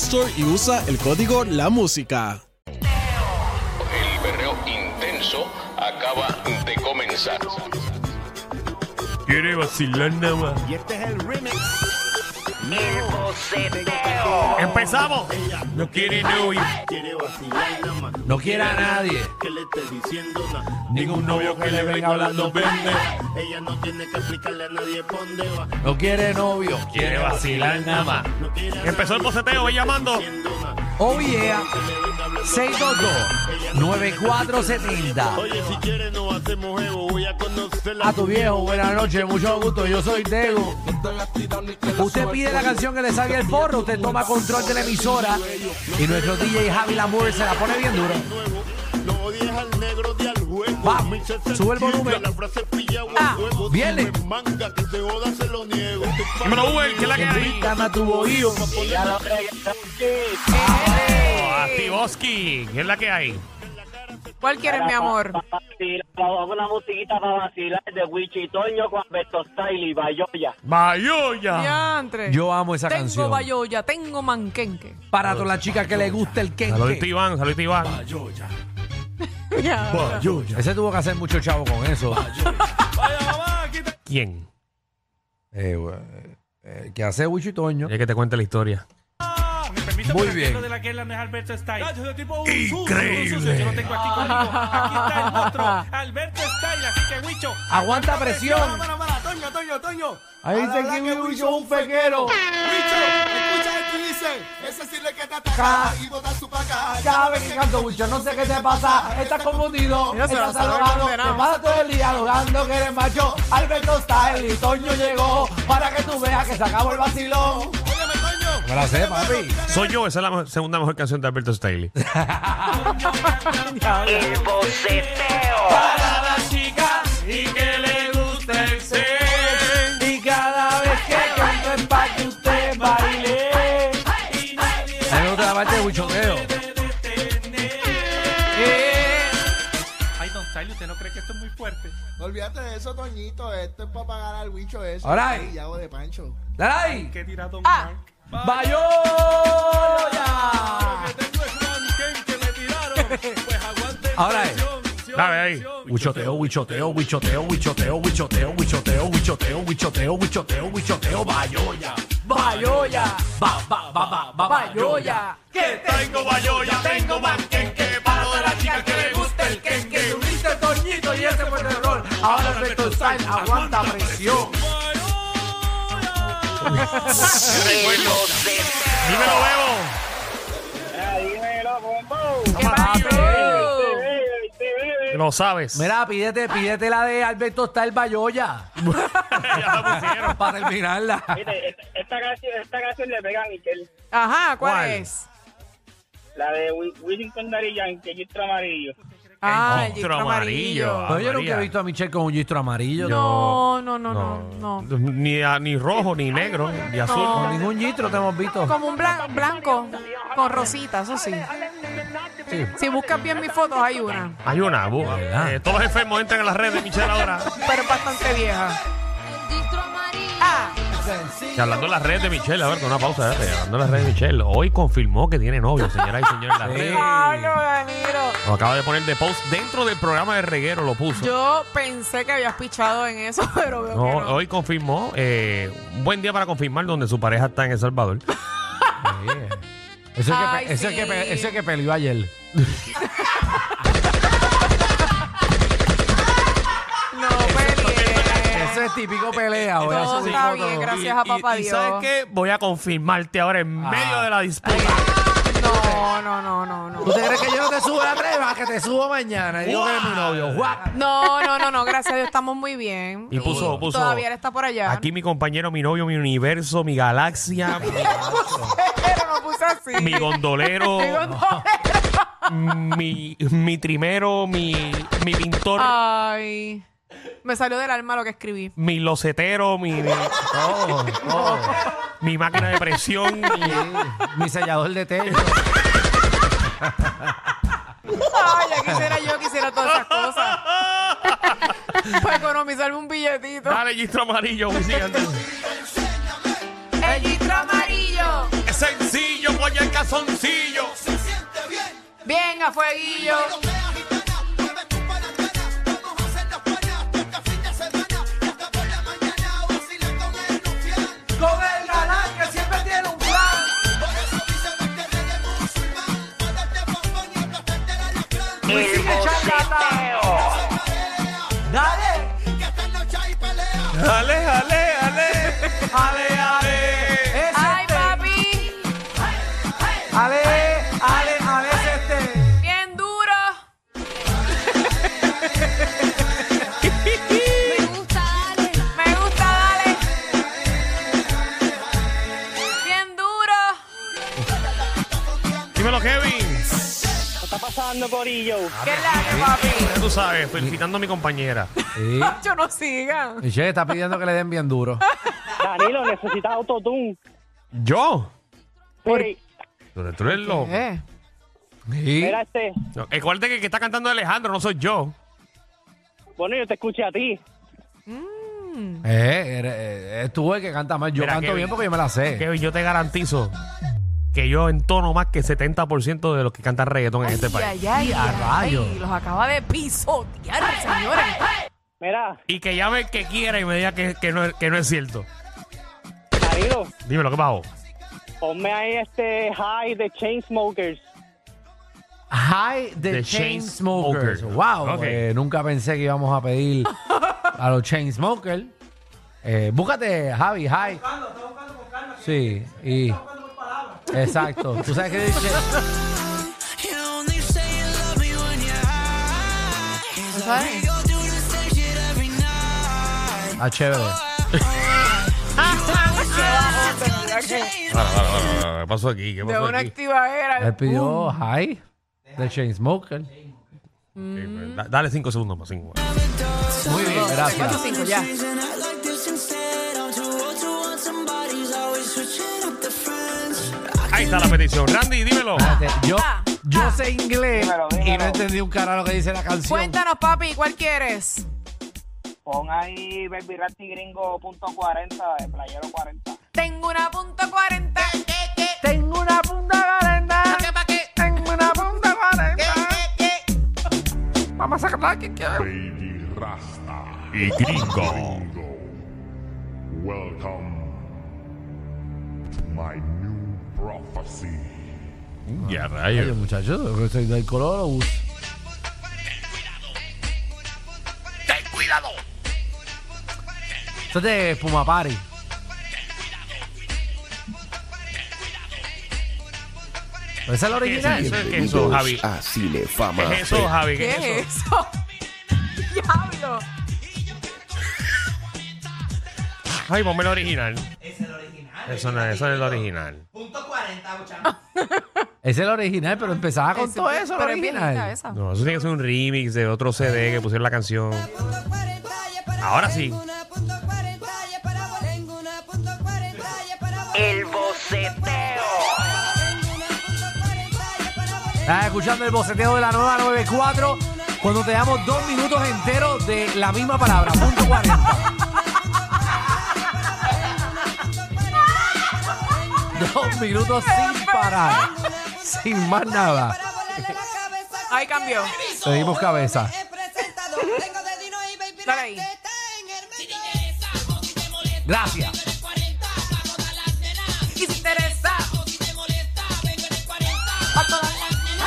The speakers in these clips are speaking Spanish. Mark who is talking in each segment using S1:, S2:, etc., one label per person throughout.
S1: Store y usa el código La Música.
S2: El berreo intenso acaba de comenzar.
S3: Quiere vacilar nada más.
S4: Y este es el remix.
S5: El boceteo.
S3: ¡Empezamos! No quiere novio,
S4: Quiere vacilar nada más.
S3: no quiere a nadie.
S4: Que le esté diciendo nada.
S3: Ningún novio que le venga hablando vende.
S4: Ella no tiene que explicarle a nadie por dónde va.
S3: No quiere novio, quiere vacilar nada más.
S4: No quiere a
S3: Empezó el
S4: nadie
S3: boceteo, ve llamando.
S4: diciendo nada.
S6: Oh yeah,
S4: Que le venga hablando.
S6: 622-9470.
S4: Oye, si quiere no hacemos ego, voy a conocerla.
S6: A tu viejo, buenas noches, mucho gusto, yo soy Tego. Usted pide la canción que le salga el forro, usted toma control de la emisora y nuestro DJ Javi Lamour se la pone bien duro.
S4: No odies al negro de al huevo.
S6: Va,
S4: Mi se se
S6: sube el
S4: entiende,
S6: volumen.
S4: La frase pilla o
S6: Ah,
S4: huevo. Si
S6: viene.
S4: me manga, que se joda, se lo niego.
S3: Número Uber, que es la que hay.
S6: Invítame a tu bohío.
S3: Activoski, que es la que hay.
S7: ¿Cuál quieres, mi amor?
S5: Una musiquita para vacilar de Wichitoño con Alberto Style y Bayoya.
S3: Mayoya.
S7: Diantre.
S6: Yo amo esa
S7: Tengo
S6: canción.
S7: bayoya, tengo manquenque.
S6: Para todas las chicas que les gusta el
S3: Saludito
S6: quenque.
S3: Iván, saludito Iván.
S7: Ya, ahora.
S6: Ese tuvo que hacer mucho chavo con eso.
S3: ¿Quién?
S6: Eh, bueno, eh, ¿Qué hace Wicho y Toño?
S3: Ya que te cuente la historia.
S6: Muy bien.
S8: de la que es la no es Alberto Style.
S3: Increíble.
S8: Yo lo tengo aquí conmigo. Aquí está el monstruo, Alberto Style. Así que, Wicho.
S6: Aguanta presión.
S8: Para, para, Toño, Toño, Toño.
S6: Ahí dice que me Wicho un peguero. Cada- Cada vez que canto mucho, no sé qué te pasa. Estás confundido,
S7: Mira, se la
S6: estás
S7: sabe
S6: alojado. Te
S7: ordenado.
S6: pasas todo el día logrando que eres macho. Alberto está el Toño llegó para que tú veas que se acabó el vacilón. Me la sé, papi.
S3: Soy yo, esa es la mejor- segunda mejor canción de Alberto Staley.
S5: El boceteo.
S6: Para la chica
S3: Y que le gusta el
S6: y cada vez que canto es para que usted baile. Me gusta la parte de buchoneo. Eh,
S8: Ay, Don Style, ¿usted no cree que esto es muy fuerte?
S9: Olvídate de eso, Toñito. Esto es para pagar al bicho eso.
S6: Ahora,
S9: Y hago de pancho.
S6: dale ahí.
S8: ¿Qué dirá Don
S7: Ah.
S8: Mark?
S6: ¡Bayoya! Ahora es.
S3: Dale ahí.
S10: Huichoteo, huichoteo, huichoteo, huichoteo, huichoteo, huichoteo, huichoteo, huichoteo, huichoteo, huichoteo, bayoya.
S6: Bayoya,
S10: Ba, ba, ba, ba, ba,
S6: bayoya.
S3: Que tengo bayoya, tengo manquenque, paro de la chica que le gusta el
S6: Que
S3: quenque.
S6: uniste Toñito y ese fue el error. Ahora Alberto Stein aguanta presión.
S5: El boceteo.
S3: Dímelo, Bebo.
S7: ¿Qué pasó?
S3: Lo sabes.
S6: Mira, pídete, pídete la de Alberto Stein Bayoya.
S3: ya la pusieron.
S6: Para terminarla.
S5: Esta canción, esta canción de Megan Miquel,
S7: Ajá, ¿cuál,
S3: ¿Cuál?
S7: es?
S5: la de Willington Darillan, que es amarillo.
S7: Ah, el
S3: monstruo
S7: gistro amarillo.
S3: amarillo.
S6: Pero yo nunca he
S3: María.
S6: visto a Michelle con un gistro amarillo.
S7: No, no, no, no, no.
S3: Ni, a- ni rojo, ni negro, ni azul.
S6: Con ningún gistro te hemos visto.
S7: Como un blan- blanco con rosita, eso sí.
S6: Sí.
S7: Si buscas bien mis fotos, hay una,
S3: Hay una. bu-
S6: ¿Verdad?
S3: eh, todos los enfermos entran en las redes de Michelle ahora.
S7: pero es bastante vieja. Ah,
S9: sencillo.
S11: Y hablando de las redes de Michelle, a ver, con una pausa, espérate. hablando de las redes de Michelle, hoy confirmó que tiene novio, señoras y señores, las redes.
S7: Pablo Danilo.
S11: Lo acaba de poner de post dentro del programa de reguero, lo puso.
S7: Yo pensé que habías pichado en eso, pero veo que
S11: No,
S7: no.
S11: hoy confirmó, eh, un buen día para confirmar donde su pareja está en El Salvador.
S6: Ese que,
S7: Ay,
S6: pe- ese
S7: sí.
S6: que, pe- ese que peleó ayer.
S7: No pues, peleé.
S6: Ese es típico pelea. Voy a
S7: Todo
S6: subir
S7: está
S6: foto.
S7: bien, gracias a papá
S11: y
S7: Dios.
S11: ¿sabes qué? Voy a confirmarte ahora en medio de la disputa.
S7: No, no, no, no, no.
S6: ¿Tú te crees que yo no te subo la treva? Que te subo mañana. Y digo que eres mi novio. ¡Guau!
S7: No, no, no, no, gracias a Dios estamos muy bien.
S11: Y puso- puso-
S7: Todavía él está por allá.
S11: Aquí mi compañero, mi novio, mi universo, mi galaxia,
S7: Pero no puse así.
S11: mi gondolero,
S7: Mi gondolero.
S11: mi, mi trimero, mi, mi pintor,
S7: Ah. Ay. Me salió del alma lo que escribí.
S11: mi losetero, mi, mi,
S6: Oh, oh.
S11: mi máquina de presión. mi-
S6: Mi sellador de techo.
S7: Ay, ya quisiera yo, quisiera todas esas cosas. Pues Para economizarme un billetito.
S11: Dale, gistro amarillo, muy siguiente.
S7: El litro amarillo.
S8: Es sencillo, voy el calzoncillo.
S7: Bien a fueguillo.
S9: este Con el galán que siempre tiene un plan. Por eso dicen que eres musulmán. Pódate bombón y aplastarte la lacrán.
S2: El boceteo.
S9: Dale. Que esta noche hay pelea.
S8: Ale, ale, ale. Ale, ale.
S6: Ese
S7: Ay,
S6: este.
S7: papi.
S6: Ale, ale, ale, ese este.
S7: Bien duro. Me gusta, dale. Me gusta, dale. Bien duro.
S11: Dímelo, Kevin.
S5: ¿Qué está pasando, Corillo?
S7: ¿Qué es la que, papi?
S11: Ya tú sabes, felicitando a mi compañera.
S6: Sí.
S7: Yo no siga.
S6: Michelle está pidiendo que le den bien duro.
S5: Danilo, necesitas autotune.
S11: ¿Yo?
S5: Sí,
S11: Tú eres- tú eres loco.
S7: Eh.
S6: Sí.
S5: mira este.
S11: No, Acuérdate que el que está cantando es Alejandro, no soy yo.
S5: Bueno, yo te escuché a ti.
S6: Eh, eres- eh, es tú el que canta más. Yo
S11: Mira,
S6: canto
S11: Kevin.
S6: bien porque yo me la sé.
S11: Kevin, yo te garantizo que yo entono más que 70% de los que cantan reggaetón en este
S7: Ay,
S11: país.
S7: ay, ay,
S6: a
S7: ay,
S6: rayos.
S7: ay, Los acaba de pisotear, señores.
S5: Mira,
S11: Y que llame el que quiera y me diga que, que no, es- que no es cierto.
S5: Danilo,
S11: Dímelo, ¿qué pasó?
S5: ponme ahí este high de Chainsmokers.
S6: High the,
S11: The
S6: Chainsmokers.
S11: Chainsmokers.
S6: Wow.
S11: Ok.
S6: eh, nunca pensé que íbamos a pedir a los Chainsmokers. Eh, búscate, Javi, High. Sí, y. Exacto. Tú sabes que dice.
S7: ¿Tú sabes?
S6: Ah, chévere.
S11: Ah, ¿Qué pasó aquí? ¿Qué
S7: De una activadera.
S6: Él pidió High the Chainsmokers.
S11: Eh, dale cinco segundos más. Cinco.
S6: Muy bien,
S7: Cuatro,
S6: gracias.
S7: cinco, ya.
S11: Ahí está la petición. Randy, dímelo.
S6: Espérate, Eh, Yo,
S7: Ah,
S6: yo
S7: ah.
S6: sé inglés
S5: Dímelo,
S6: y
S5: dímelo.
S6: no entendí un carajo lo que dice la canción.
S7: Cuéntanos, papi, ¿cuál quieres?
S5: Pon ahí Baby Ratty Gringo punto 40 de Playero 40.
S7: Tengo una punta 40.
S6: Tengo una punta garenda. Tengo una punta garenda. Vamos a sacar que quiero.
S4: Baby Rasta.
S11: Y gringo.
S4: Welcome. My new prophecy.
S11: Ya
S6: Oye,
S11: rayos.
S6: muchachos, yo soy del color. uh,
S8: Ten cuidado.
S6: Esto es de Puma Party. Pero ¿Esa es la
S11: ¿Qué es eso?
S6: original?
S11: ¿Qué es eso, Javi?
S12: a Cine Fama.
S11: ¿Qué es eso, Javi?
S7: ¿Qué
S11: ¿Qué es eso?
S7: es eso? Diablo.
S11: Ay, ponme el original. Es el original. Eso no, eso es el original.
S6: Esa es la original, pero empezaba con todo eso, la
S7: Pero es bien linda
S6: original.
S7: esa.
S11: No, eso tiene que ser un remix de otro CD que pusieron la canción. Ahora sí.
S2: El boceteo.
S6: Estás escuchando el boceteo de la nueva 94 cuando te damos dos minutos enteros de la misma palabra, punto 40. Dos minutos sin parar. Sin más nada.
S7: Ahí cambió.
S6: Seguimos cabeza.
S7: Dale ahí.
S6: Gracias.
S7: Y si te interesa. A todas las nenas.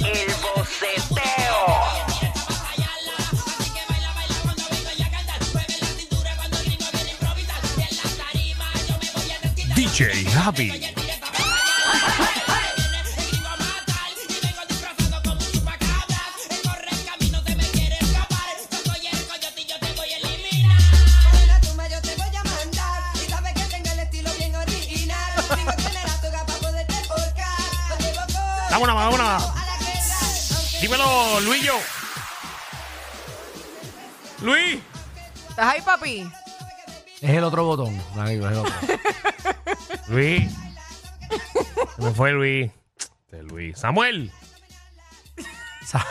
S2: El boceteo.
S11: DJ Happy.
S9: Buena tumba yo te voy a mandar Y sabes que tengo el estilo bien original Tengo que tener a tu capa poderte volcar Porque vos
S11: Vámonos, vámonos.
S9: a la guerra
S11: Dímelo, Luillo. Luis.
S7: ¿Estás ahí, papi?
S6: Es el otro botón. Danilo, es el otro.
S11: Luis. Se me fue Luis. Este Luis. Samuel.
S6: Sa-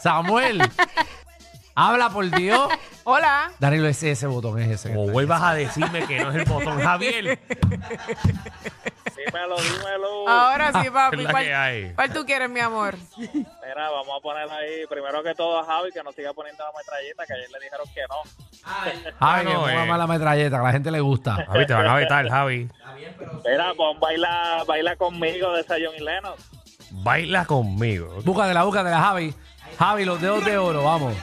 S6: Samuel. Habla por Dios.
S7: Hola.
S6: Danilo, es ese botón, es ese. que
S11: O
S6: está ahí.
S11: vuelvas a decirme que no es el botón. Javier.
S5: Dímelo, dímelo.
S7: Ahora sí,
S11: es
S7: papi.
S11: la que
S7: ¿Cuál,
S11: hay.
S7: cuál tú quieres, mi amor?
S5: Mira, vamos a poner ahí, primero que todo a Javi, que nos siga poniendo la metralleta, que ayer le dijeron que no.
S6: Ay,
S11: Ah,
S6: que
S11: no,
S6: ponga
S11: eh.
S6: más la metralleta, que a la gente le gusta.
S11: Javi, te van a vetar, Javi.
S5: Mira, pon baila, baila conmigo de esa John Lennon.
S11: Baila conmigo.
S6: Búscatela, búscatela, Javi. Javi, los dedos de oro, vamos.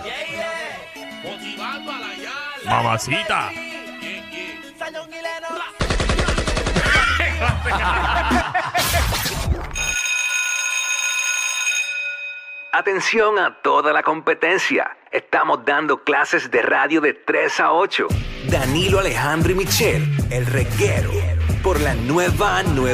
S11: Mamacita.
S12: Atención a toda la competencia. Estamos dando clases de radio de 3 a 8. Danilo Alejandro y Michel, el reguero, por la nueva 9.